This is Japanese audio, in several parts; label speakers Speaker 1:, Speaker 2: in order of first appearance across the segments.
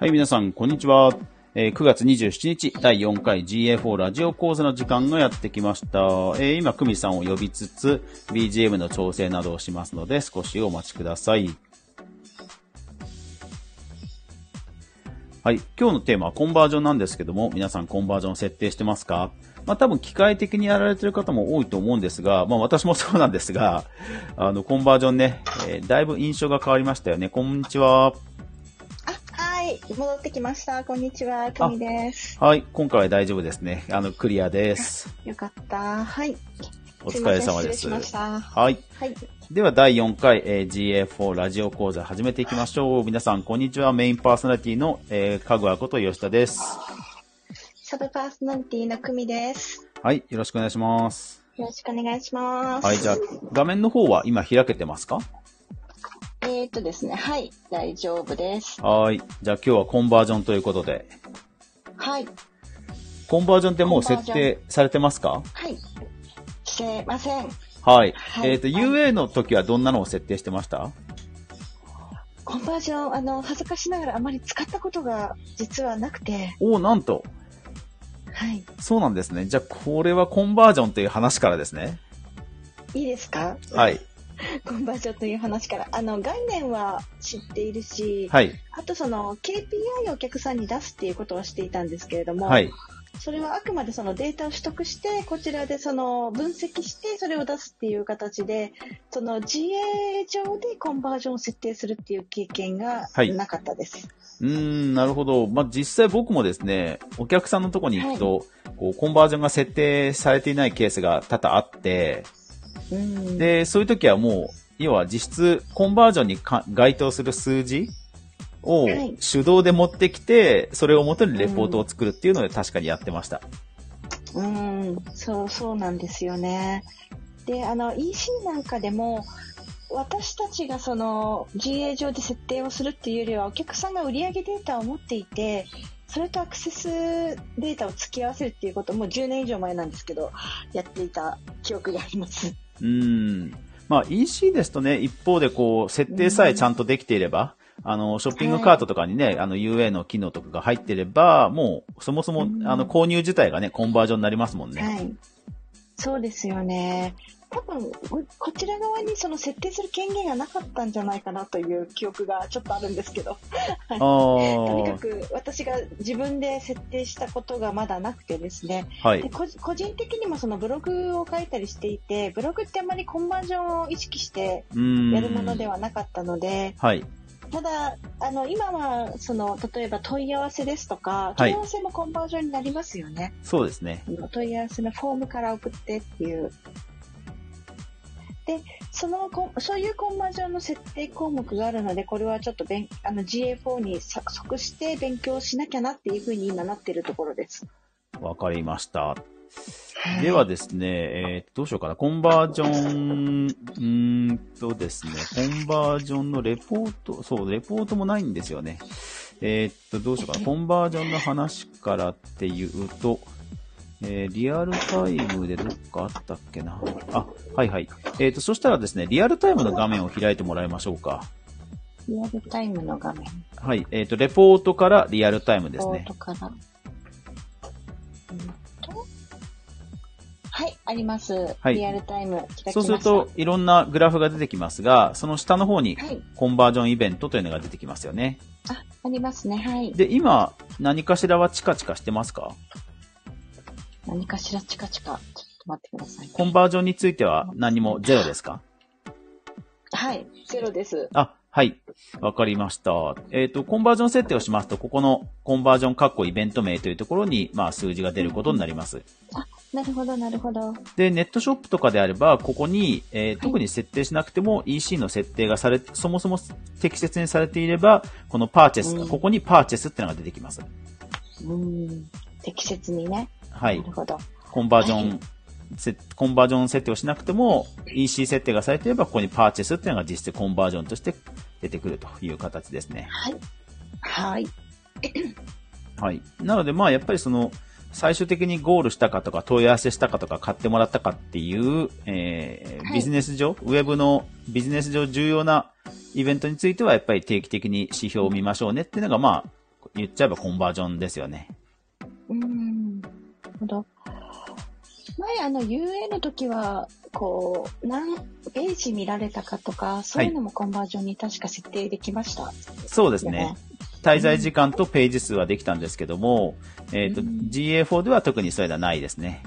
Speaker 1: はい、皆さん、こんにちは。えー9月27日、第4回 GA4 ラジオ講座の時間がやってきました。えー今、久美さんを呼びつつ、BGM の調整などをしますので、少しお待ちください。はい。今日のテーマはコンバージョンなんですけども、皆さんコンバージョン設定してますかまあ多分機械的にやられてる方も多いと思うんですが、まあ私もそうなんですが、あの、コンバージョンね、えーだいぶ印象が変わりましたよね。こんにちは。
Speaker 2: あ、はい。戻ってきました。こんにちは。くみです。
Speaker 1: はい。今回は大丈夫ですね。あの、クリアです。
Speaker 2: よかった。はい。
Speaker 1: お疲れ様です。
Speaker 2: すいません失礼しました
Speaker 1: はい。
Speaker 2: はい。
Speaker 1: では、第4回、えー GA4 ラジオ講座始めていきましょう。皆さん、こんにちは。メインパーソナリティの、えー、かぐわこと吉田です。
Speaker 2: サブパーソナリティのくみです。
Speaker 1: はい。よろしくお願いします。
Speaker 2: よろしくお願いします。
Speaker 1: はい。じゃあ、画面の方は今開けてますか
Speaker 2: えー、っとですね。はい。大丈夫です。
Speaker 1: はい。じゃあ、今日はコンバージョンということで。
Speaker 2: はい。
Speaker 1: コンバージョンってもう
Speaker 2: コンバー
Speaker 1: 設
Speaker 2: ジョン
Speaker 1: 定されてますか
Speaker 2: はい。してません。
Speaker 1: はい。
Speaker 2: はい
Speaker 1: えっ、と、
Speaker 2: はい
Speaker 1: UA の時はどんなのを設定してました
Speaker 2: コンバージョン、あの、恥ずかしながらあまり使ったことが実はなくて。
Speaker 1: おおなんと。
Speaker 2: はい。
Speaker 1: そうなんですね。じゃあ、これはコンバージョンという話からですね。
Speaker 2: いいですか
Speaker 1: はい。。
Speaker 2: コンバージョンという話から。あの、概念は知っているし、
Speaker 1: はい。
Speaker 2: あとその、KPI をお客さんに出すっていうことはしていたんですけれども、
Speaker 1: はい。
Speaker 2: それはあくまでそのデータを取得して、こちらでその分析して、それを出すっていう形で、その GA 上でコンバージョンを設定するっていう経験が
Speaker 1: はい
Speaker 2: なかったです。
Speaker 1: うーん、なるほど。まあ、実際僕もですね、お客さんのとこに行くと、こう、コンバージョンが設定されていないケースが多々あって、
Speaker 2: うん
Speaker 1: で、そういう時はもう、要は実質、コンバージョンにか該当する数字を
Speaker 2: はい
Speaker 1: 手動で持ってきて、それを元にレポートを作るっていうので確かにやってました。
Speaker 2: うん、そう、そうなんですよね。で、あの、EC なんかでも、私たちがその GA 上で設定をするっていうよりは、お客さんが売上データを持っていて、それとアクセスデータを付き合わせるっていうこともう10年以上前なんですけど、やっていた記憶があります。
Speaker 1: うーん。まあ EC ですとね、一方でこう、設定さえちゃんとできていれば、あの、ショッピングカートとかにね、あの UA の機能とかが入ってれば、もう、そもそも、
Speaker 2: うん
Speaker 1: あの、購入自体がね、コンバージョンになりますもんね。
Speaker 2: はい。そうですよね。多分、ここちら側にその設定する権限がなかったんじゃないかなという記憶がちょっとあるんですけど、
Speaker 1: あ
Speaker 2: とに
Speaker 1: あ
Speaker 2: か、く私が自分で設定したことがまだなくてですね、
Speaker 1: は
Speaker 2: で
Speaker 1: い。
Speaker 2: こ個人的にもそのブログを書いたりしていて、ブログってあまりコンバージョンを意識して
Speaker 1: うーん。
Speaker 2: やるものではなかったので、
Speaker 1: はい。
Speaker 2: ただ、あの、今は、その、例えば問い合わせですとか、
Speaker 1: は
Speaker 2: 問
Speaker 1: い
Speaker 2: い合わせもコンバージョンになりますよね。
Speaker 1: そうですね。
Speaker 2: あの問い合わせのフォームから送ってっていう。で、そのコン、そういうコンバージョンの設定項目があるので、これはちょっと勉、あの GA4 にさ即して勉強しなきゃなっていうふうに今なってるところです。
Speaker 1: わかりました。ではですね、えーどうしようかな。コンバージョン、うーんとですね、コンバージョンのレポート、そう、レポートもないんですよね。えーっと、どうしようかな。コンバージョンの話からっていうと、えーリアルタイムでどっかあったっけな。あ、はいはい。えーっと、そしたらですね、リアルタイムの画面を開いてもらいましょうか。
Speaker 2: リアルタイムの画面、
Speaker 1: はい。えーっと、レポートからリアルタイムです
Speaker 2: ポ
Speaker 1: ね
Speaker 2: ー。トから。うんとはい、あります。
Speaker 1: はい
Speaker 2: リアルタイム開きました。
Speaker 1: そうすると、いろんなグラフが出てきますが、その下の方に
Speaker 2: はい、
Speaker 1: コンバージョンイベントというのが出てきますよね。
Speaker 2: あ、ありますね。はい。
Speaker 1: で、今、何かしらはチカチカしてますか
Speaker 2: 何かしらチカチカ。ちょっと待ってください。
Speaker 1: コンバージョンについては何もゼロですか
Speaker 2: はい、ゼロです。
Speaker 1: あ、はい。わかりました。えっ、と、コンバージョン設定をしますと、ここのコンバージョン括弧イベント名というところに、まあ、数字が出ることになります。
Speaker 2: なるほど、なるほど。
Speaker 1: で、ネットショップとかであれば、ここに、えー特に設定しなくても EC の設定がされ、そもそも適切にされていれば、このパーチェス、
Speaker 2: うん
Speaker 1: ここにパーチェスってのが出てきます。
Speaker 2: うん。適切にね。
Speaker 1: は
Speaker 2: ないる。ほど。
Speaker 1: コンバージョン、
Speaker 2: は
Speaker 1: せコンバージョン設定をしなくても、EC 設定がされていれば、ここにパーチェスっていうのが実質コンバージョンとして出てくるという形ですね。
Speaker 2: はい。はい。
Speaker 1: はい。なので、まあ、やっぱりその、最終的にゴールしたかとか、問い合わせしたかとか、買ってもらったかっていう、えー
Speaker 2: はい
Speaker 1: ビジネス上、ウェブのビジネス上重要なイベントについては、やっぱり定期的に指標を見ましょうねっていうのが、まあ、言っちゃえばコンバージョンですよね。
Speaker 2: うん。なるほど。前、あの、UA の時は、こう、何ページ見られたかとか、そういうのもコンバージョンに確か設定できました。
Speaker 1: そうです
Speaker 2: よ
Speaker 1: ね。。滞在時間とページ数はできたんですけども、えっ、と、
Speaker 2: うん
Speaker 1: GA4 では特にそれはないですね。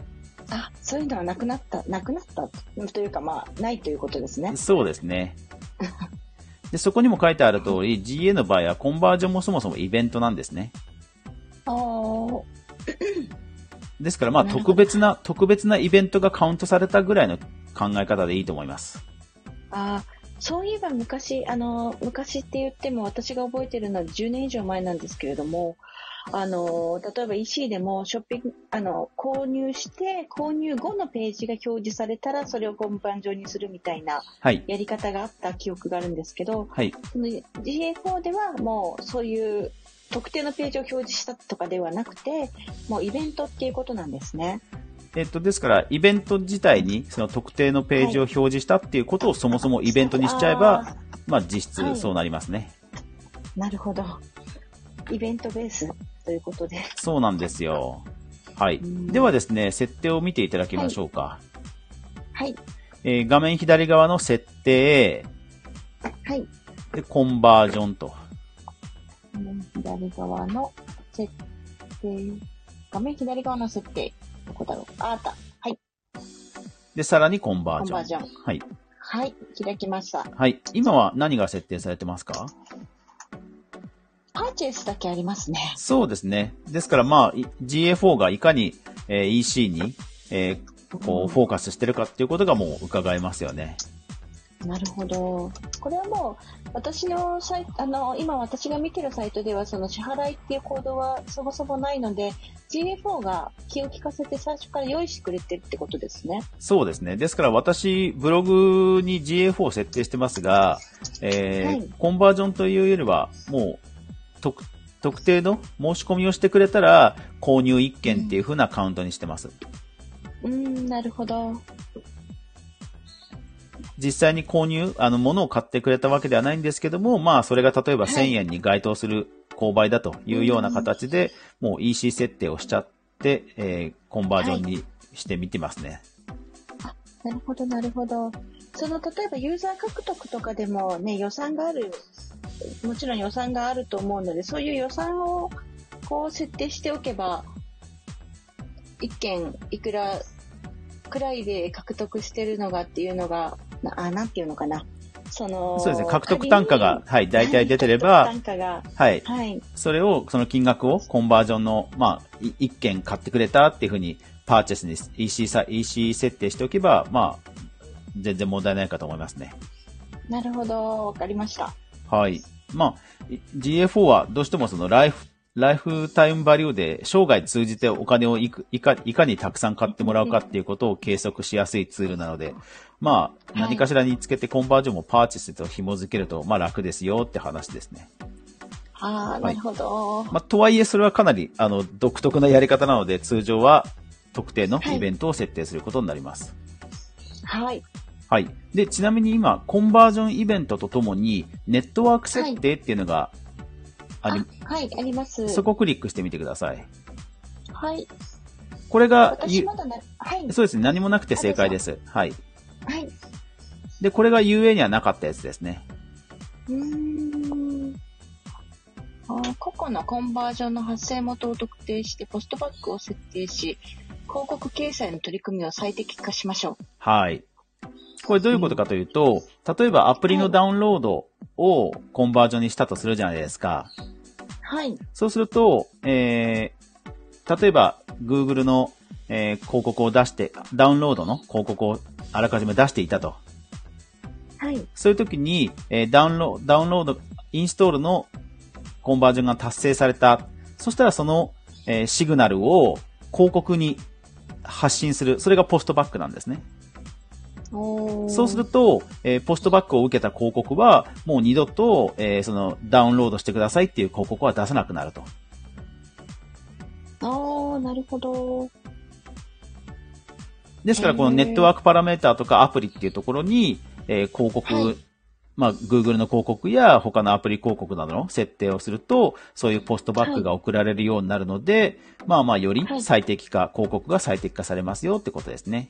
Speaker 2: あ、そういうのはなくなった、なくなったというか、まあ、ないということですね。
Speaker 1: そうですね。で、そこにも書いてある通り、GA の場合はコンバージョンもそもそもイベントなんですね。
Speaker 2: あー
Speaker 1: ですからまあ
Speaker 2: なるほど
Speaker 1: 特別な、特別なイベントがカウントされたぐらいの考え方でいいと思います。
Speaker 2: あー、そういえば昔、あの、昔って言っても私が覚えてるのは10年以上前なんですけれども、あの、例えば EC でもショッピング、あの、購入して、購入後のページが表示されたら、それを本番上にするみたいな
Speaker 1: はい。
Speaker 2: やり方があった記憶があるんですけど、
Speaker 1: はい。
Speaker 2: その GA4 ではもうそういう特定のページを表示したとかではなくて、もうイベントっていうことなんですね。
Speaker 1: えっと、ですから、イベント自体に、その特定のページを表示したっていうことをそもそもイベントにしちゃえば、まあ実
Speaker 2: は
Speaker 1: 質
Speaker 2: い
Speaker 1: そうなりますね。
Speaker 2: なるほど。イベントベースということで。
Speaker 1: そうなんですよ。はい。
Speaker 2: うん
Speaker 1: ではですね、設定を見ていただきましょうか。
Speaker 2: はい。
Speaker 1: えー画面左側の設定、
Speaker 2: はい。
Speaker 1: で、コンバージョンと。
Speaker 2: 画面左側の設定。画面左側の設定。どこだろうああった。
Speaker 1: で、さらにコンバージョン。
Speaker 2: コンバージョン
Speaker 1: はい。
Speaker 2: はい。開きました。
Speaker 1: はい。今は何が設定されてますか
Speaker 2: パーチェスだけありますね。
Speaker 1: そうですね。ですから、まあ、い GA4 がいかに、えー EC に、えーこ
Speaker 2: う
Speaker 1: う、
Speaker 2: ん
Speaker 1: フォーカスしてるかっていうことがもう伺えますよね。
Speaker 2: なるほど。これはもう、私のサイト、あの、今私が見てるサイトでは、その支払いっていう行動はそもそもないので、GA4 が気を利かせて最初から用意してくれてるってことですね。
Speaker 1: そうですね。ですから私、ブログに GA4 を設定してますが、えー
Speaker 2: はい
Speaker 1: コンバージョンというよりは、もう、特、特定の申し込みをしてくれたら、購入1件っていう風なカウントにしてます。
Speaker 2: うーん、なるほど。
Speaker 1: 実際に購入、あの、物を買ってくれたわけではないんですけども、まあ、それが例えば
Speaker 2: はい
Speaker 1: 1000円に該当する購買だというような形で、もう EC 設定をしちゃって、えーコンバージョンにしてみてますね。
Speaker 2: なるほど、なるほど。その、例えばユーザー獲得とかでもね、予算がある、もちろん予算があると思うので、そういう予算をこう設定しておけば、一件いくらくらいで獲得してるのがっていうのが、なあ、なんていうのかな。その、
Speaker 1: そうですね。獲得単価が、はい、
Speaker 2: 仮
Speaker 1: 大
Speaker 2: に、
Speaker 1: 体出てれ
Speaker 2: は
Speaker 1: ば
Speaker 2: い、獲得単価が、
Speaker 1: はい、
Speaker 2: はい。
Speaker 1: それを、その金額をコンバージョンの、まあ、い1件買ってくれたっていうふうに、パーチェスに EC さ、EC 設定しておけば、まあ、全然問題ないかと思いますね。
Speaker 2: なるほど、わかりました。
Speaker 1: はい。まあ、い GA4 はどうしてもそのライフ、ライフタイムバリューで生涯通じてお金をいくいかいかにたくさん買ってもらうかっていうことを計測しやすいツールなので、まあ、
Speaker 2: はい
Speaker 1: 何かしらにつけてコンバージョンもパーチェスと紐づけると、まあ楽ですよって話ですね。
Speaker 2: ああ、
Speaker 1: い
Speaker 2: なるほど。
Speaker 1: まあ、とはいえそれはかなり、あの、独特なやり方なので、通常は特定の
Speaker 2: はい
Speaker 1: イベントを設定することになります。
Speaker 2: はい。
Speaker 1: はい。で、ちなみに今、コンバージョンイベントとともに、ネットワーク設定っていうのがあり、
Speaker 2: はい、あります。
Speaker 1: そこをクリックしてみてください。
Speaker 2: はい。
Speaker 1: これが、
Speaker 2: 私
Speaker 1: ゆ
Speaker 2: まだな、はい。
Speaker 1: そうですね、何もなくて正解です。はい。
Speaker 2: はい。
Speaker 1: で、これが UA にはなかったやつですね。
Speaker 2: うーん。あー個々のコンバージョンの発生元を特定して、ポストバックを設定し、広告掲載の取り組みを最適化しましょ
Speaker 1: はい。これどういうことかというと、例えばアプリのダウンロードをコンバージョンにしたとするじゃないですか。
Speaker 2: う。はい。
Speaker 1: そうすると、えー、例えば Google の、えー広告を出して、ダウンロードの広告をあらかじめ出していたと。
Speaker 2: はい。
Speaker 1: そういう時に、えーダウンロード、ダウンロード、インストールのコンバージョンが達成された。そしたらその、えーシグナルを広告に発信する。それがポストバックなんですね。
Speaker 2: おー
Speaker 1: そうすると、えーポストバックを受けた広告は、もう二度と、えーその、ダウンロードしてくださいっていう広告は出さなくなると。
Speaker 2: ああ、なるほど。
Speaker 1: ですから、この
Speaker 2: へー
Speaker 1: ネットワークパラメーターとかアプリっていうところに、えー広告、
Speaker 2: はい
Speaker 1: ままあ、Google の広告や他のアプリ広告などの設定をすると、そういうポストバックが送られるようになるので、まあまあ、より最適化、広告が最適化されますよってことですね。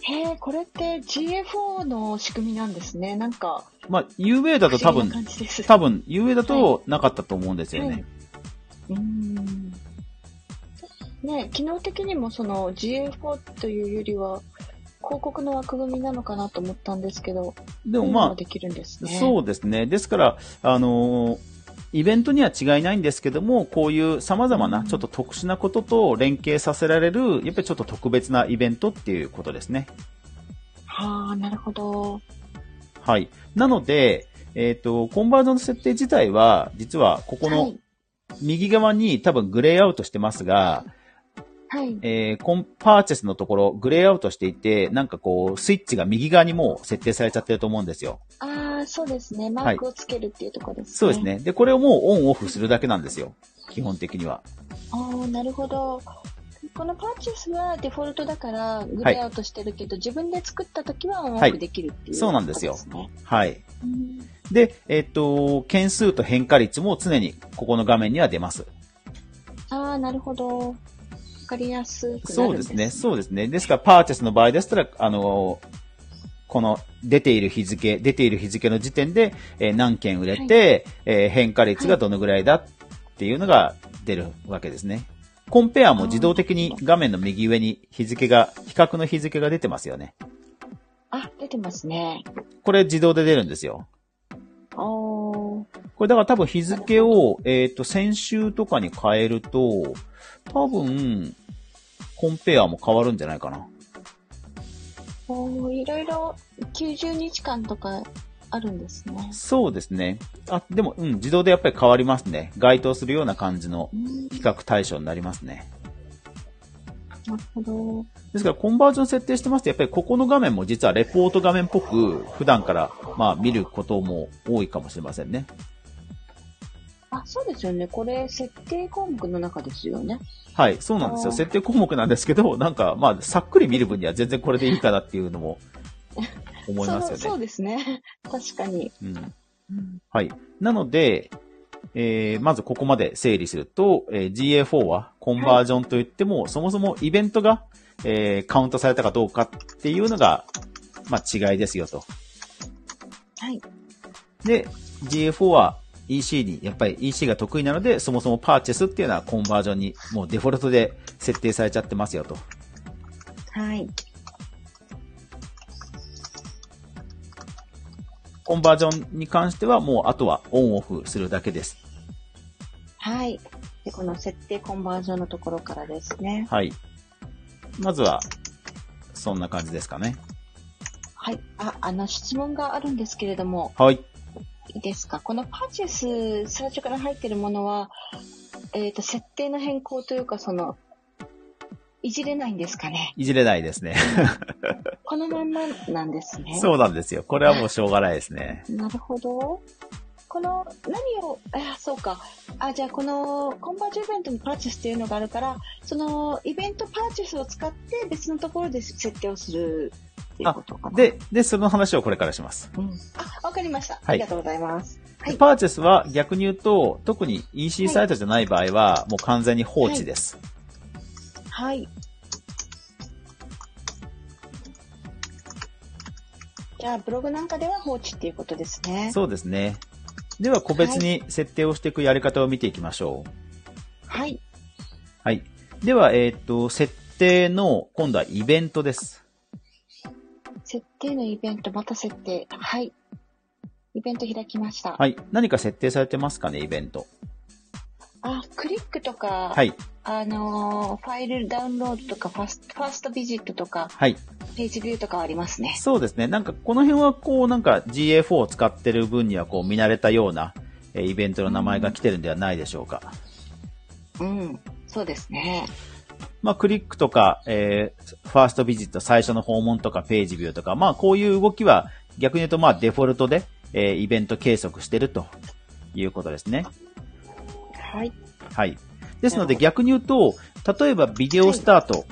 Speaker 2: へえ、これって GFO の仕組みなんですね。なんか、
Speaker 1: まあ、UA だと多
Speaker 2: 不思
Speaker 1: 分
Speaker 2: 議な、感じです。
Speaker 1: 多分、UA だとなかったと思うんですよ
Speaker 2: は
Speaker 1: ね
Speaker 2: い。うーんね、機能的にもその GA4 というよりは広告の枠組みなのかなと思ったんですけど、
Speaker 1: でも
Speaker 2: そういうの
Speaker 1: ま
Speaker 2: ができるんです
Speaker 1: あ、
Speaker 2: ね。
Speaker 1: そうですね。ですから、あのーイベントには違いないんですけども、こういう様々な、ちょっと特殊なことと連携させられる、やっぱりちょっと特別なイベントっていうことですね。
Speaker 2: はあ、なるほど。
Speaker 1: はい。なので、えっ、と、コンバージョンの設定自体は、実はここ
Speaker 2: は
Speaker 1: の
Speaker 2: い、
Speaker 1: 右側に多分グレーアウトしてますが、
Speaker 2: はい、
Speaker 1: えーコンパーチェスのところ、グレーアウトしていて、なんかこう、スイッチが右側にもう設定されちゃってると思うんですよ。
Speaker 2: ああ、そうですね。マークをつけるっていうところです
Speaker 1: そう
Speaker 2: ね。
Speaker 1: です。ね。で、これをもうオンオフするだけなんですよ。基本的には。
Speaker 2: ああ、なるほど。このパーチェスはデフォルトだからグレーアウトしてるけど、自分で作った時はオンオフできるっていう、
Speaker 1: そうなんですよ
Speaker 2: ことね
Speaker 1: はい。
Speaker 2: うん
Speaker 1: で、えっ、と、件数と変化率も常にここの画面には出ます。
Speaker 2: ああ、なるほど。わかりやすくなるんです、
Speaker 1: そうですね。そうですね。ですから、パーチェスの場合でしたら、あの、この出ている日付、出ている日付の時点で、えー何件売れて、えー変化率がどのぐらいだっていうのが出るわけですね。コンペアも自動的に画面の右上に日付が、比較の日付が出てますよね。
Speaker 2: あ、出てますね。
Speaker 1: これ自動で出るんですよ。
Speaker 2: おー。
Speaker 1: これだから多分日付を、えっ、と、先週とかに変えると、多分、コンペアも変わるんじゃないかな。
Speaker 2: おーいろいろ90日間とかあるんですね。
Speaker 1: そうですね。あ、でも、うん、自動でやっぱり変わりますね。該当するような感じの
Speaker 2: うん、
Speaker 1: 比較対象になりますね。
Speaker 2: なるほど。
Speaker 1: ですから、コンバージョン設定してますと、やっぱりここの画面も実はレポート画面っぽく、普段から、まあ、見ることも多いかもしれませんね。
Speaker 2: あ、そうですよね。これ、設定項目の中ですよね。
Speaker 1: はい、そうなんですよ。
Speaker 2: あー
Speaker 1: 設定項目なんですけど、なんか、まあ、さっくり見る分には全然これでいいかなっていうの も、思いますよね。
Speaker 2: そうそうですね。 確かに。
Speaker 1: うん
Speaker 2: うん
Speaker 1: はい。なので、えーまずここまで整理すると、えー GA4 はコンバージョンといっても、そもそもイベントが、えーカウントされたかどうかっていうのが、まあ、違いですよと。
Speaker 2: はい。
Speaker 1: で、GA4 は EC に、やっぱり EC が得意なので、そもそもパーチェスっていうのはコンバージョンにもうデフォルトで設定されちゃってますよと。
Speaker 2: はい。
Speaker 1: コンバージョンに関してはもうあとはオンオフするだけです。
Speaker 2: はい。で、この設定コンバージョンのところからですね。
Speaker 1: はい。まずは、そんな感じですかね。
Speaker 2: はい。あ、あの、質問があるんですけれども、
Speaker 1: はい。
Speaker 2: いいですかこのパーチェス、最初から入ってるものは、えっ、と、設定の変更というか、その、いじれないんですかね
Speaker 1: いじれないですね。
Speaker 2: このまんまなんですね。
Speaker 1: そうなんですよ。これはもうしょうがないですね。
Speaker 2: なるほど。この、何を、あ、そうか。あ、じゃあこの、コンバージョンイベントのパーチェスっていうのがあるから、その、イベントパーチェスを使って別のところで設定をするっていうことかな。、
Speaker 1: で、で、その話をこれからします。
Speaker 2: うん。あ、わかりました。ありがとうございます。は
Speaker 1: で
Speaker 2: い。
Speaker 1: パーチェスは逆に言うと、特に EC サイトじゃない場合は、もう完全に放置です。
Speaker 2: はい。じゃあ、ブログなんかでは放置っていうことですね。
Speaker 1: そうですね。では、個別に設定をしていくやり方を見ていきましょう。
Speaker 2: はい。
Speaker 1: はい。では、えっ、と、設定の、今度はイベントです。
Speaker 2: 設定のイベント、また設定。はい。イベント開きました。
Speaker 1: はい。何か設定されてますかね、イベント。
Speaker 2: あ、クリックとか、
Speaker 1: はい。
Speaker 2: あのーファイルダウンロードとかファースト、ファーストビジットとか、
Speaker 1: はい。
Speaker 2: ページビューとかはありますね。
Speaker 1: そうですね。なんか、この辺は、こう、なんか GA4 を使ってる分には、こう、見慣れたような、えーイベントの名前が来てるんではないでしょうか。
Speaker 2: うん。そうですね。
Speaker 1: まあ、クリックとか、えー、ファーストビジット、最初の訪問とか、ページビューとか、まあ、こういう動きは、逆に言うと、まあ、デフォルトで、えーイベント計測してるということですね。
Speaker 2: はい。
Speaker 1: はい。ですので、逆に言うと、例えば、ビデオスタート。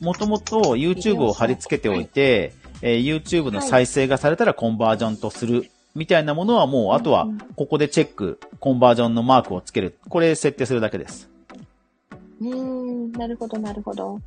Speaker 1: もともと YouTube を貼り付けておいて、えー YouTube の再生がされたらコンバージョンとする。みたいなものはもう、あとは
Speaker 2: うんうん、
Speaker 1: ここでチェック、コンバージョンのマークをつける。これ設定するだけです。
Speaker 2: うーん、なるほど、なるほど。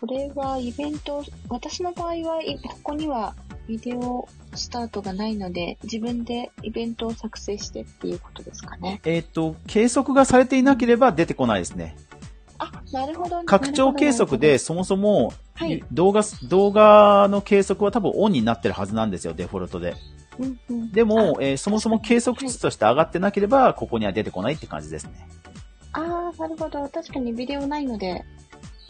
Speaker 2: これはイベント、私の場合はいここにはビデオスタートがないので、自分でイベントを作成してっていうことですかね。
Speaker 1: えっ、と、計測がされていなければ出てこないですね。
Speaker 2: あ、なるほど。
Speaker 1: 拡張計測で、そもそも、
Speaker 2: なる
Speaker 1: 動画、動画の計測は多分オンになってるはずなんですよ、デフォルトで。
Speaker 2: ほど。はい。うんうん
Speaker 1: でも、えーそもそも計測値として上がってなければ、ここには出てこないって感じですね。
Speaker 2: ああ、なるほど。確かにビデオないので、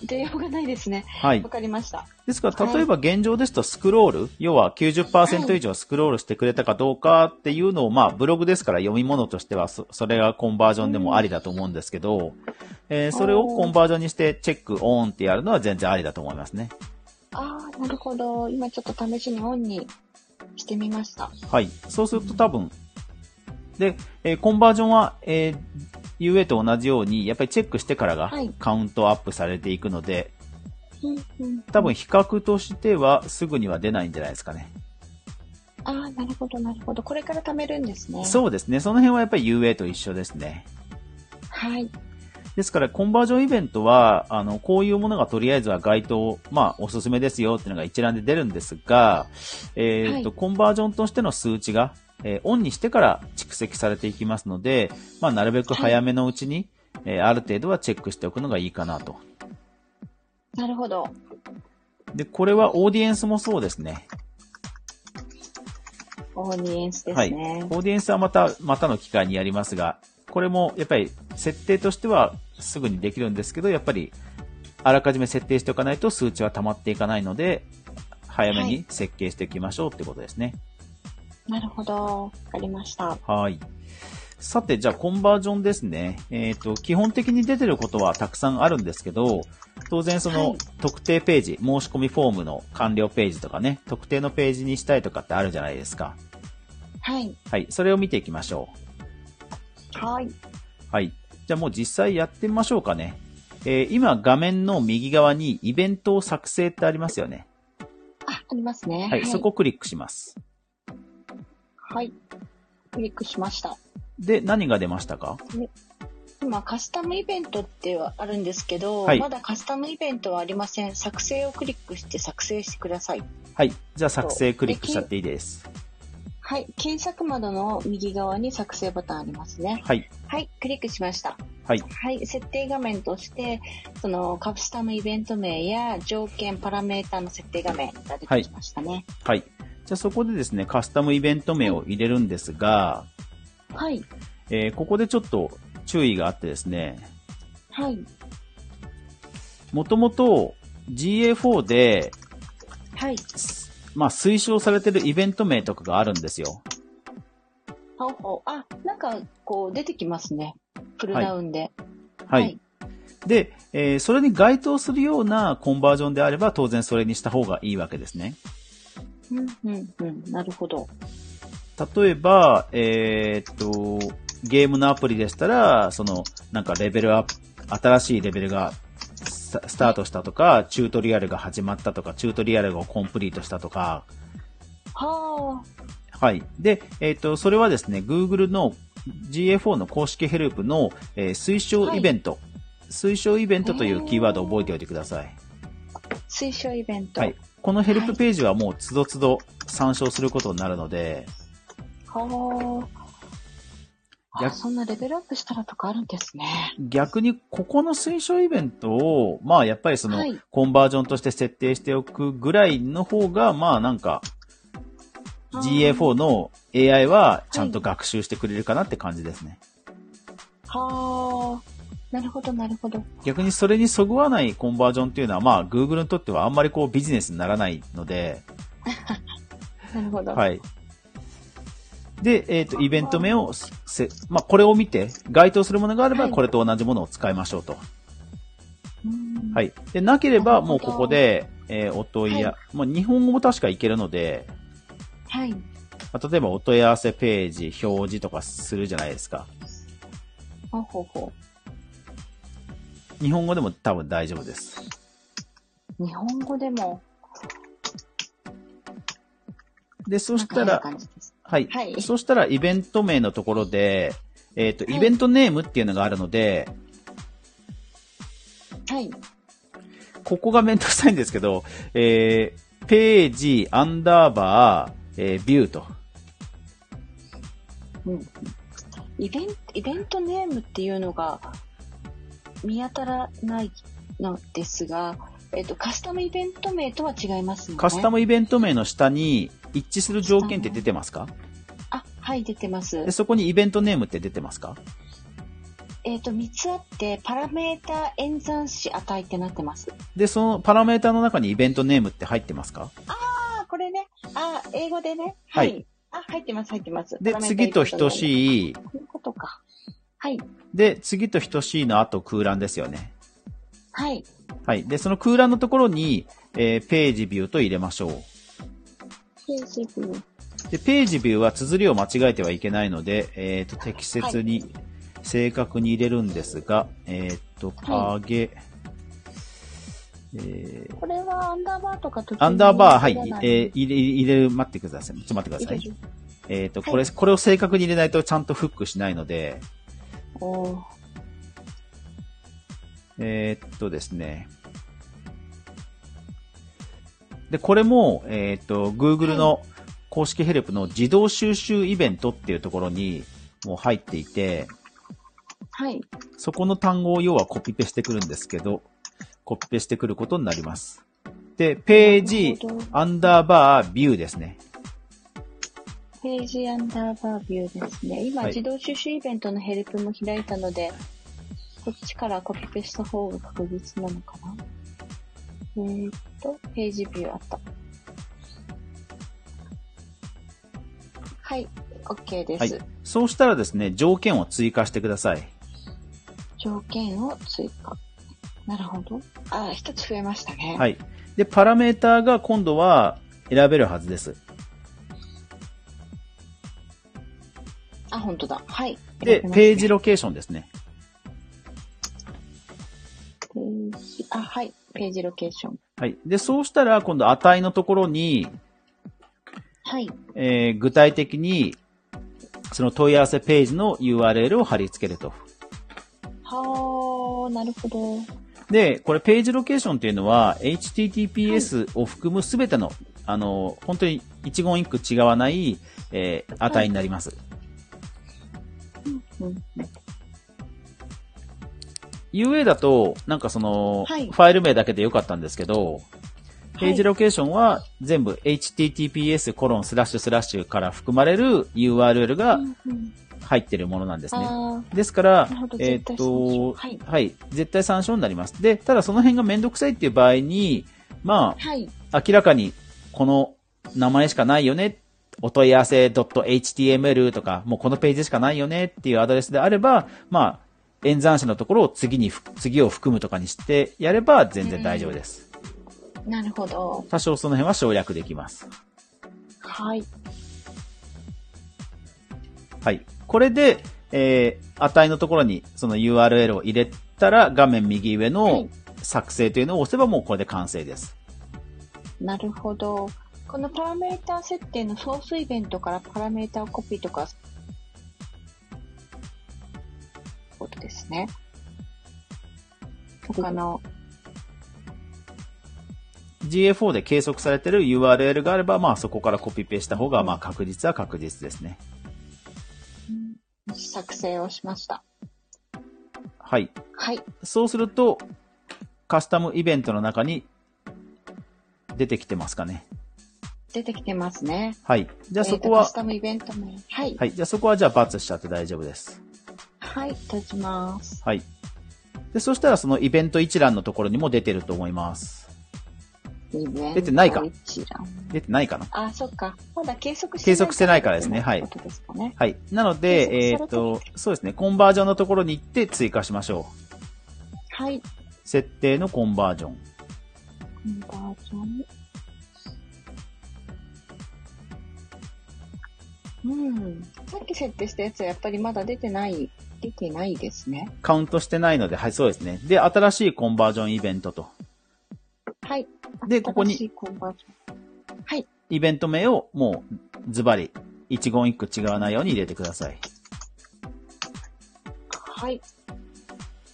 Speaker 2: 出ようがないですね。
Speaker 1: はい
Speaker 2: わ。かりました。
Speaker 1: ですから、例えば現状ですとスクロール、要は90%以上スクロールしてくれたかどうかっていうのを、まあ、ブログですから読み物としてはそ、それがコンバージョンでもありだと思うんですけど、えーそれをコンバージョンにしてチェックオンってやるのは全然ありだと思いますね。
Speaker 2: ああ、なるほど。今ちょっと試しにオンにしてみました。
Speaker 1: はい。そうすると多分、で、えーコンバージョンは、えー UA と同じように、やっぱりチェックしてからが
Speaker 2: はい
Speaker 1: カウントアップされていくので、
Speaker 2: うんうん、
Speaker 1: 多分比較としてはすぐには出ないんじゃないですかね。
Speaker 2: ああ、なるほど、なるほど。これから貯めるんですね。
Speaker 1: そうですね。その辺はやっぱり UA と一緒ですね。
Speaker 2: はい。
Speaker 1: ですから、コンバージョンイベントは、あの、こういうものがとりあえずは該当、まあ、おすすめですよっていうのが一覧で出るんですが、えっ、と、
Speaker 2: は
Speaker 1: コンバージョンとしての数値が、えーオンにしてから蓄積されていきますので、まあ、なるべく早めのうちに、えーある程度はチェックしておくのがいいかなと。
Speaker 2: なるほど。
Speaker 1: で、これはオーディエンスもそうですね。
Speaker 2: オーディエンスで
Speaker 1: は
Speaker 2: す
Speaker 1: い。オ
Speaker 2: ね。
Speaker 1: ーディエンスはまた、またの機会にやりますが、これもやっぱり設定としてはすぐにできるんですけど、やっぱりあらかじめ設定しておかないと数値は溜まっていかないので、早め
Speaker 2: は
Speaker 1: に
Speaker 2: い
Speaker 1: 設計していきましょうってことですね。
Speaker 2: なるほど。わかりました。
Speaker 1: はい。さて、じゃあコンバージョンですね。えっ、と、基本的に出てることはたくさんあるんですけど、当然そ
Speaker 2: は
Speaker 1: の
Speaker 2: い
Speaker 1: 特定ページ、申し込みフォームの完了ページとかね、特定のページにしたいとかってあるじゃないですか。
Speaker 2: はい。
Speaker 1: はい。それを見ていきましょう。
Speaker 2: はい。
Speaker 1: はい。じゃあもう実際やってみましょうかね。えー今画面の右側にイベントを作成ってありますよね。
Speaker 2: あ、ありますね。
Speaker 1: はい。そこ。をクリックします。
Speaker 2: はい。クリックしました。
Speaker 1: で、何が出ましたか
Speaker 2: 今、カスタムイベントってはあるんですけど、
Speaker 1: はい
Speaker 2: まだカスタムイベントはありません。作成をクリックして作成してください。
Speaker 1: はい。じゃあ作成クリックしちゃっていいです。
Speaker 2: はい。検索窓の右側に作成ボタンありますね。
Speaker 1: はい。
Speaker 2: はい。クリックしました。
Speaker 1: はい。
Speaker 2: はい、設定画面として、そのカスタムイベント名や条件、パラメータの設定画面が出てきましたね。
Speaker 1: はい。じゃあそこでですね、カスタムイベント名を入れるんですが、
Speaker 2: はい、
Speaker 1: えーここでちょっと注意があってですね、
Speaker 2: はい、
Speaker 1: もともと GA4 で、
Speaker 2: はい。
Speaker 1: すまあ推奨されてるイベント名とかがあるんですよ。
Speaker 2: ほうほう。あ、なんかこう出てきますね。プルダウンで。
Speaker 1: はい。で、えーそれに該当するようなコンバージョンであれば、当然それにした方がいいわけですね。
Speaker 2: うん、うん、うん。なるほど。
Speaker 1: 例えば、えーっと、ゲームのアプリでしたら、その、なんかレベルアップ、新しいレベルがススタートしたとか、チュートリアルが始まったとか、チュートリアルをコンプリートしたとか、
Speaker 2: は
Speaker 1: はい。で、えーっと、それはですね、Google の GA4 の公式ヘルプの、えー推奨イベント、推奨イベントというキーワードを覚えておいてください。
Speaker 2: あ、推奨イベント。
Speaker 1: はい。このヘルプページはもうつどつど参照することになるので、
Speaker 2: はあ。あ
Speaker 1: 逆
Speaker 2: そんなレベルアップしたらとかあるんですね。
Speaker 1: 逆にここの推奨イベントを、まあやっぱりその
Speaker 2: はい
Speaker 1: コンバージョンとして設定しておくぐらいの方が、まあなんか
Speaker 2: あー
Speaker 1: GA4 の AI はちゃんと学習してくれるかなって感じですね。
Speaker 2: はあ。なるほど、なるほど。
Speaker 1: 逆にそれにそぐわないコンバージョンっていうのは、まあ Google にとってはあんまりこうビジネスにならないので、
Speaker 2: なるほど。
Speaker 1: はい。で、えっ、と、イベント名をせ、まあ、これを見て、該当するものがあれば、
Speaker 2: はい
Speaker 1: これと同じものを使いましょうと。
Speaker 2: うん
Speaker 1: はい。で、なければ、
Speaker 2: なる
Speaker 1: も
Speaker 2: ほ
Speaker 1: う
Speaker 2: ど
Speaker 1: ここで、えーお問い合わ
Speaker 2: は
Speaker 1: せ、まあ、日本語も確かいけるので、
Speaker 2: はい。
Speaker 1: まあ例えばお問い合わせページ、表示とかするじゃないですか。
Speaker 2: ほうほうほう。
Speaker 1: 日本語でも多分大丈夫です。
Speaker 2: 日本語でも、
Speaker 1: で、そした
Speaker 2: なん
Speaker 1: ら
Speaker 2: か、変な感じです
Speaker 1: はい。
Speaker 2: はい
Speaker 1: そしたら、イベント名のところで、えっ、と、
Speaker 2: はい
Speaker 1: イベントネームっていうのがあるので、
Speaker 2: はい。
Speaker 1: ここがめんどくさいんですけど、えー、ページ、アンダーバー、えー、ビューと。
Speaker 2: うん。イベント、イベントネームっていうのが見当たらないのですが、えっと、カスタムイベント名とは違いますよね。
Speaker 1: カスタムイベント名の下に一致する条件って出てますか
Speaker 2: あ、はい、出てます
Speaker 1: で。そこにイベントネームって出てますか
Speaker 2: えっと、3つあって、パラメータ演算子値ってなってます。
Speaker 1: で、そのパラメータの中にイベントネームって入ってますか
Speaker 2: ああ、これね。あー英語でね。
Speaker 1: は
Speaker 2: はいい。あ、入ってます、入ってます。
Speaker 1: で、次と等
Speaker 2: い。
Speaker 1: しい。
Speaker 2: そういうことか。はい。
Speaker 1: で、次と等しいの後空欄ですよね。
Speaker 2: はい。
Speaker 1: はい。で、その空欄のところに、えーページビューと入れましょ
Speaker 2: ページビュー
Speaker 1: う。で、ページビューは綴りを間違えてはいけないので、えっ、と、適切に、正確に入れるんですが、えっ、と、
Speaker 2: は
Speaker 1: パゲ、えー
Speaker 2: これはアンダーバーとか
Speaker 1: アンダーバー、はい、
Speaker 2: え
Speaker 1: えー入れ、入れる、待ってください。ちょっと待ってください。えっ、と、これ、
Speaker 2: は
Speaker 1: これを正確に入れないとちゃんとフックしないので、
Speaker 2: おー
Speaker 1: えーっとですね。で、これも、えーっと、Google の公式ヘルプの自動収集イベントっていうところにもう入っていて、
Speaker 2: はい。
Speaker 1: そこの単語を要はコピペしてくるんですけど、コピペしてくることになります。で、ページ
Speaker 2: なるほど、
Speaker 1: アンダーバー、ビューですね。
Speaker 2: ページアンダーバービューですね。今、
Speaker 1: はい
Speaker 2: 自動収集イベントのヘルプも開いたので、こっちからコピペした方が確実なのかな。えー、っと、ページビューあった。はい、OK で
Speaker 1: はい
Speaker 2: す。。
Speaker 1: そうしたらですね、条件を追加してください。
Speaker 2: 条件を追加。なるほど。あ、一つ増えましたね。
Speaker 1: はい。で、パラメーターが今度は選べるはずです。
Speaker 2: あ、本当だ。はい。
Speaker 1: で、ページロケーションですね。
Speaker 2: ページ、あ、はい。ページロケーション。
Speaker 1: はい。で、そうしたら、今度値のところに、
Speaker 2: はい。
Speaker 1: えー具体的に、その問い合わせページの URL を貼り付けると。
Speaker 2: はー、なるほど。
Speaker 1: で、これページロケーションというのは、HTTPS を含むすべての、あの、本当に一言一句違わない、えー値になります。
Speaker 2: うん。
Speaker 1: UA だと、なんかその、
Speaker 2: はい
Speaker 1: ファイル名だけでよかったんですけど、ページ
Speaker 2: はい
Speaker 1: ロケーションは全部 https コロンスラッシュスラッシュから含まれる URL が
Speaker 2: うんうん
Speaker 1: 入ってるものなんですね。
Speaker 2: あ
Speaker 1: ですから
Speaker 2: ーなるほど、
Speaker 1: え
Speaker 2: 絶
Speaker 1: ーっ
Speaker 2: 対そうでしょ
Speaker 1: と、
Speaker 2: うはい。
Speaker 1: はい、絶対参照になります。で、ただその辺がめんどくさいっていう場合に、ま
Speaker 2: はい。
Speaker 1: あ、明らかにこの名前しかないよね、お問い合わせ .html とか、もうこのページしかないよねっていうアドレスであれば、まあ、演算子のところを次にふ、次を含むとかにしてやれば全然大丈夫です。
Speaker 2: なるほど。
Speaker 1: 多少その辺は省略できます。
Speaker 2: はい。
Speaker 1: はい。これで、えー、値のところにその URL を入れたら、画面右上
Speaker 2: は
Speaker 1: の
Speaker 2: い
Speaker 1: 作成というのを押せばもうこれで完成です。
Speaker 2: なるほど。このパラメーター設定のソースイベントからパラメーターコピーとか、ことですね。他の、
Speaker 1: GA4 で計測されてる URL があれば、まあそこからコピペした方が、まあ確実は確実ですね。
Speaker 2: 作成をしました。
Speaker 1: はい。
Speaker 2: はい。
Speaker 1: そうすると、カスタムイベントの中に出てきてますかね。
Speaker 2: 出てきてますね。
Speaker 1: はい。じゃあ
Speaker 2: えー
Speaker 1: そ
Speaker 2: と
Speaker 1: こは、
Speaker 2: カスタムイベント名。はい。
Speaker 1: はい。じゃあそこはじゃあバツしちゃって大丈夫です。
Speaker 2: はい。閉じます。
Speaker 1: はい。で、そしたらそのイベント一覧のところにも出てると思います。
Speaker 2: イベント
Speaker 1: 出てないか
Speaker 2: 一覧
Speaker 1: 出てないかな
Speaker 2: あ、そっか。まだ計測
Speaker 1: 計測してないからですねはい
Speaker 2: ってことですかね。
Speaker 1: はい。なので、え
Speaker 2: 検
Speaker 1: ーっ
Speaker 2: 索
Speaker 1: と、そうですね。コンバージョンのところに行って追加しましょう。
Speaker 2: はい。
Speaker 1: 設定のコンバージョン。
Speaker 2: コンバージョン。うん。さっき設定したやつはやっぱりまだ出てない出てないですね。
Speaker 1: カウントしてないので、はい、そうですね。で、新しいコンバージョンイベントと。
Speaker 2: はい。
Speaker 1: でここに
Speaker 2: 新しいコンバージョンはい。
Speaker 1: イベント名をもうズバリ一言一句違わないように入れてください。
Speaker 2: はい。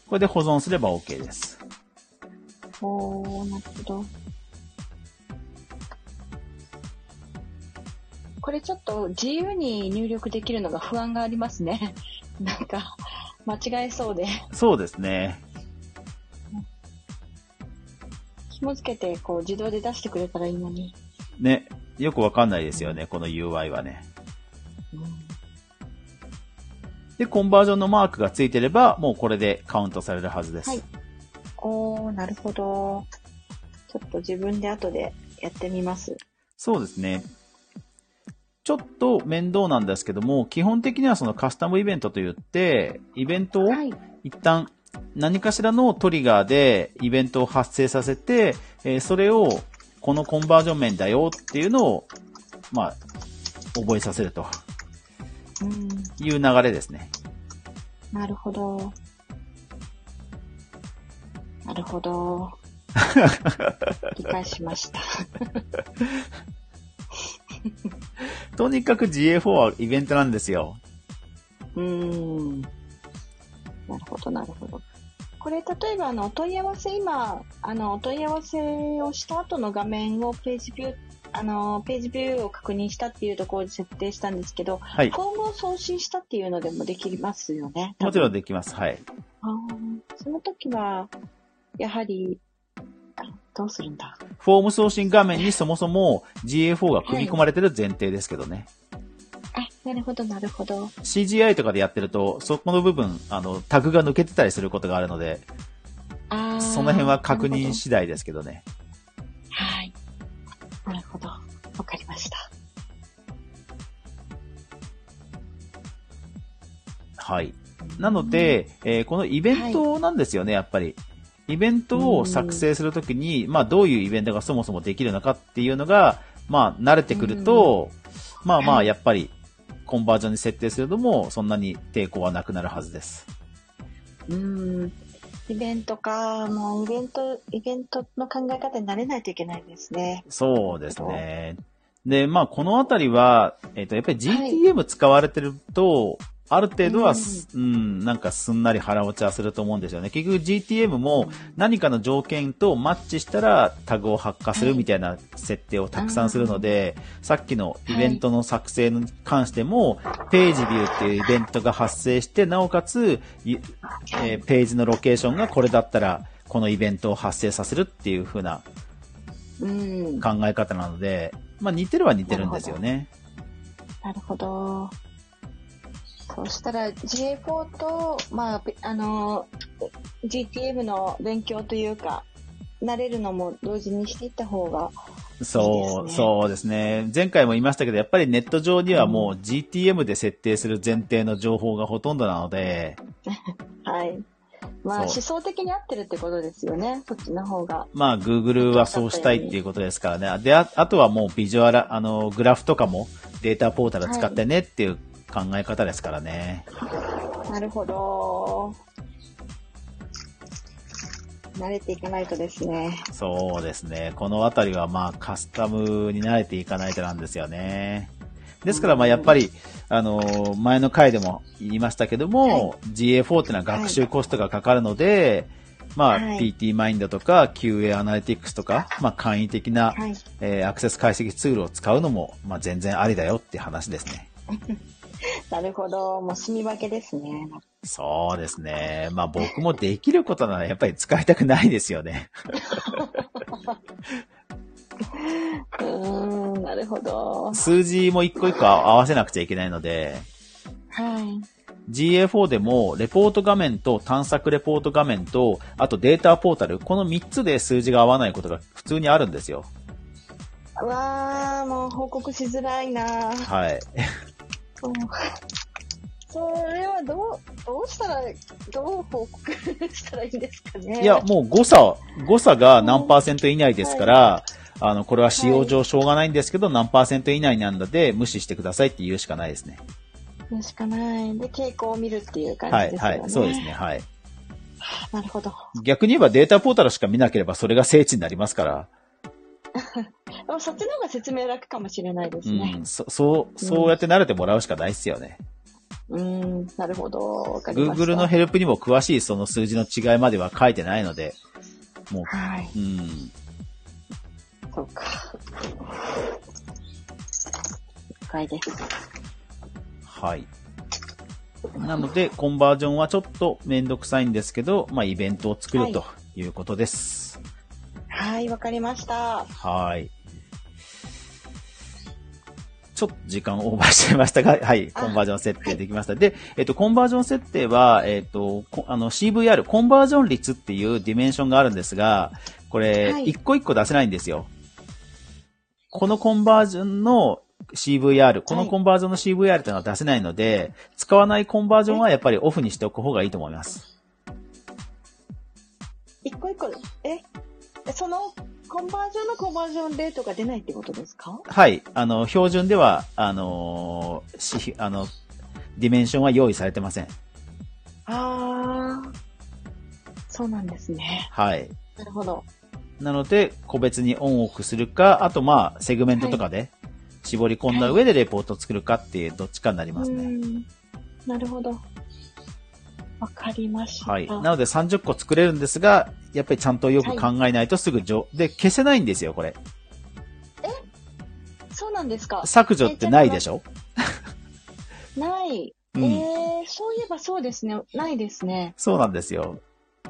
Speaker 1: これで保存すれば OK です。
Speaker 2: おー、なるほど。これちょっと自由に入力できるのが不安がありますね。 なんか、間違えそうで。
Speaker 1: そうですね。
Speaker 2: 紐付けて、こう、自動で出してくれたらいいのに。
Speaker 1: ね。よくわかんないですよね、この UI はね。で、コンバージョンのマークがついてれば、もうこれでカウントされるはずです。
Speaker 2: はいおー、なるほど。ちょっと自分で後でやってみます。
Speaker 1: そうですね。ちょっと面倒なんですけども、基本的にはそのカスタムイベントといって、イベントを
Speaker 2: はい。
Speaker 1: 一旦何かしらのトリガーでイベントを発生させて、えーそれをこのコンバージョン面だよっていうのを、まあ、覚えさせると
Speaker 2: うん。
Speaker 1: いう流れですね。
Speaker 2: なるほど。なるほど。 理解しました。
Speaker 1: とにかく GA4 はイベントなんですよ。
Speaker 2: うーん。なるほど、なるほど。これ、例えば、あの、お問い合わせ、今、あの、お問い合わせをした後の画面をページビュー、あの、ページビューを確認したっていうところで設定したんですけど、
Speaker 1: はい。
Speaker 2: フォームを送信したっていうのでもできますよね。
Speaker 1: もちろん
Speaker 2: ん。
Speaker 1: できます。はい。
Speaker 2: あーその時は、やはり、あどうするんだ
Speaker 1: フォーム送信画面にそもそも GA4 が組み込まれてる前提ですけどね。
Speaker 2: あ、なるほど、なるほど。
Speaker 1: CGI とかでやってると、そこの部分、あの、タグが抜けてたりすることがあるので、
Speaker 2: あー
Speaker 1: その辺は確
Speaker 2: なるほ
Speaker 1: 認
Speaker 2: ど
Speaker 1: 次第ですけどね。
Speaker 2: はい。なるほど。わかりました。
Speaker 1: はい。なので、えーこのイベントなんですよね、やっぱり。イベントを作成するときに、まあ、どういうイベントがそもそもできるのかっていうのが、まあ、慣れてくると、まあまあ、
Speaker 2: はい
Speaker 1: やっぱり、コンバージョンに設定するのも、そんなに抵抗はなくなるはずです。
Speaker 2: うん。イベントか、もうイベント、イベントの考え方になれないといけないですね。
Speaker 1: そうですね。で、まあ、このあたりは、えっ、と、やっぱり GTM 使われてると、ある程度はす、うん、なんかすんなり腹落ちはすると思うんですよね。結局 GTM も何かの条件とマッチしたらタグを発火するみたいな設定をたくさんするので、さっきのイベントの作成に関しても、ページビューっていうイベントが発生して、なおかつ、いえーページのロケーションがこれだったら、このイベントを発生させるっていう風な
Speaker 2: うん。な
Speaker 1: 考え方なので、まあ似てるは似てるんですよね。
Speaker 2: るほど。そうしたら GA4 と、まあ、べあの、GTM の勉強というか、慣れるのも同時にしていった方が、
Speaker 1: そう、
Speaker 2: いいですね
Speaker 1: そうですね。前回も言いましたけど、やっぱりネット上にはもう GTM で設定する前提の情報がほとんどなので、
Speaker 2: はい。まあ、
Speaker 1: そう
Speaker 2: 思想的に合ってるってことですよね。そっちの方が。
Speaker 1: まあ Google はそうしたいっていうことですからね。で、ああとはもうビジュアル、あの、グラフとかもデータポータル使ってねっていう考え方ですからね。
Speaker 2: なるほど。慣れていかないとですね。
Speaker 1: そうですね。このあたりはまあカスタムに慣れていかないとなんですよね。ですからまあやっぱり、あのー、前の回でも言いましたけども、GA4 ってのは学習コストがかかるので、ま
Speaker 2: は
Speaker 1: あ
Speaker 2: い
Speaker 1: PT マインドとか QA アナリティクスとか、まあ簡易的な、
Speaker 2: はい。
Speaker 1: えーアクセス解析ツールを使うのも、まあ全然ありだよって話ですね。
Speaker 2: なるほど。もう住み分けですね。
Speaker 1: そうですね。まあ僕もできることならやっぱり使いたくないですよね。
Speaker 2: うーん、なるほど。
Speaker 1: 数字も一個一個合わせなくちゃいけないので、
Speaker 2: はい。
Speaker 1: GA4 でも、レポート画面と探索レポート画面と、あとデータポータル、この3つで数字が合わないことが普通にあるんですよ。
Speaker 2: うわー、もう報告しづらいな
Speaker 1: はい。
Speaker 2: そうそれはどう、どうしたら、どう報告したらいいんですかね。
Speaker 1: いや、、もう誤差、誤差が何パーセント以内ですから、あの、これは使用上しょうがないんですけど、何パーセント以内なんだで、無視してくださいって言うしかないですね。
Speaker 2: これしかない。で、傾向を見るっていう感
Speaker 1: は
Speaker 2: じ
Speaker 1: い、
Speaker 2: ですよ
Speaker 1: は
Speaker 2: ね。
Speaker 1: い、そうですね、はい。
Speaker 2: なるほど。
Speaker 1: 逆に言えばデータポータルしか見なければそれが聖地になりますから、
Speaker 2: でもそっちの方が説明楽かもしれないです
Speaker 1: う
Speaker 2: ね。
Speaker 1: ん、そそう、そうやって慣れてもらうしかないっすよね。
Speaker 2: うん、なるほど。わかりました。
Speaker 1: Google のヘルプにも詳しいその数字の違いまでは書いてないので、も
Speaker 2: はい。
Speaker 1: う、うん、
Speaker 2: そうか。了解です。
Speaker 1: はい。なので、コンバージョンはちょっとめんどくさいんですけど、まあ、イベントを作るということです。
Speaker 2: はい、わかりました。
Speaker 1: はい。ちょっと時間オーバーしちゃいましたが、 はい、
Speaker 2: あ
Speaker 1: コンバージョン設定できました。で、えっと、コンバージョン設定は、えっと、こあの CVR、コンバージョン率っていうディメンションがあるんですが、こ
Speaker 2: は
Speaker 1: れ、
Speaker 2: い
Speaker 1: 一個一個出せないんですよ。このコンバージョンの CVR、このコンバージョンの CVR っていうのは出せないので、使わないコンバージョンはやっぱりオフにしておく方がいいと思います。
Speaker 2: 一個一個、え、その、コンバージョンのコンバージョンレートが出ないってことですか
Speaker 1: はい、あの、標準では、あのー、しあの、ディメンションは用意されてません。
Speaker 2: あー。そうなんですね。
Speaker 1: はい。
Speaker 2: なるほど。
Speaker 1: なので、個別にオンオフするか、あとまあ、セグメントとかで絞り込んだ上でレポートを作るかっていうどっちかになります
Speaker 2: う
Speaker 1: ね。
Speaker 2: ん。なるほど。わかりました。
Speaker 1: はい。なので30個作れるんですが、やっぱりちゃんとよく考えないとすぐ上、で、消せないんですよ、これ。
Speaker 2: そうなんですか。
Speaker 1: 削除ってないでしょ
Speaker 2: ない。
Speaker 1: うん。
Speaker 2: えー、そういえばそうですね。ないですね。
Speaker 1: そうなんですよ。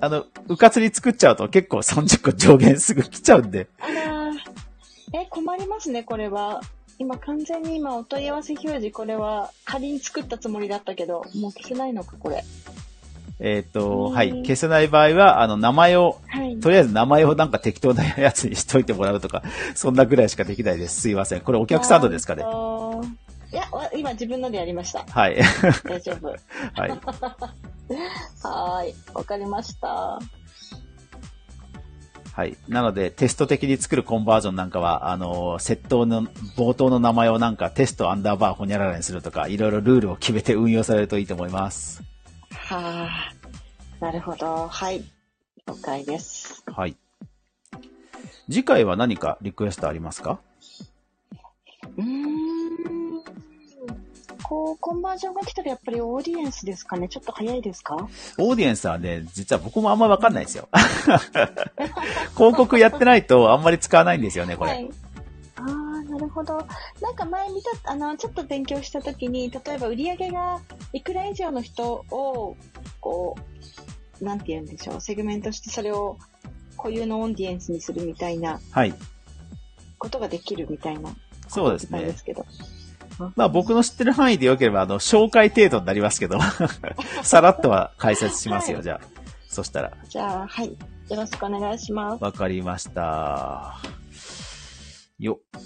Speaker 1: あの、うかつに作っちゃうと結構30個上限すぐ来ちゃうんで。
Speaker 2: あらーえ、困りますね、これは。今、完全に今、お問い合わせ表示、これは仮に作ったつもりだったけど、もう消せないのか、これ。
Speaker 1: えっ、と、
Speaker 2: うん
Speaker 1: はい。消せない場合は、あの、名前を、
Speaker 2: はい。
Speaker 1: とりあえず名前をなんか適当なやつにしといてもらうとか、 そんなぐらいしかできないです。すいません。これお客さんのですかね
Speaker 2: え。ーっといや、わ今自分のでやりました。
Speaker 1: はい。
Speaker 2: 大丈夫。
Speaker 1: はい。
Speaker 2: はーい。わかりました。
Speaker 1: はい。なので、テスト的に作るコンバージョンなんかは、あの、窃盗の、冒頭の名前をなんかテストアンダーバーほにゃららにするとか、いろいろルールを決めて運用されるといいと思います。
Speaker 2: はあ。なるほど。はい。了解です。
Speaker 1: はい。次回は何かリクエストありますか
Speaker 2: うーん。こう、コンバージョンが来たらやっぱりオーディエンスですかね。ちょっと早いですか
Speaker 1: オーディエンスはね、実は僕もあんまわかんないです よ。広告やってないとあんまり使わないんですよね、これ。
Speaker 2: はい、ああ、なるほど。なんか前見た、あの、ちょっと勉強したときに、例えば売り上げがいくら以上の人を、こう、なんて言うんでしょう、セグメントしてそれを固有のオーディエンスにするみたいな
Speaker 1: はい。こと
Speaker 2: ができるみたいな。
Speaker 1: そうです
Speaker 2: なんで
Speaker 1: ね。
Speaker 2: すけど。
Speaker 1: まあ僕の知ってる範囲で良ければ、あの、紹介程度になりますけ ど、さらっとは解説しますよ、
Speaker 2: はい
Speaker 1: じゃあ。そしたら。
Speaker 2: じゃあ、はい。よろしくお願いします。
Speaker 1: わかりました。よっ。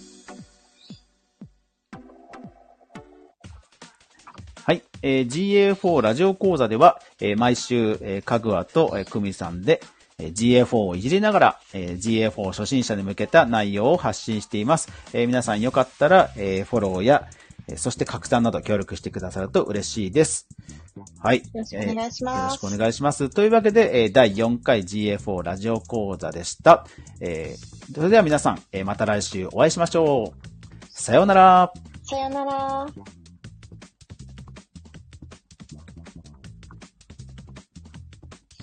Speaker 1: はい。えー GA4 ラジオ講座では、えー毎週、えー、かぐわと、えー、くみさんで、えー GA4 をいじりながら、えー GA4 初心者に向けた内容を発信しています。えー皆さんよかったら、えーフォローや、えーそして拡散など協力してくださると嬉しいです。はい。
Speaker 2: よろしくお願いし
Speaker 1: よろ
Speaker 2: ま
Speaker 1: し
Speaker 2: す。
Speaker 1: くお願いします。というわけで、えー第4回 GA4 ラジオ講座でした。えーそれでは皆さん、えーまた来週お会いしましょう。さようなら。
Speaker 2: さよなら。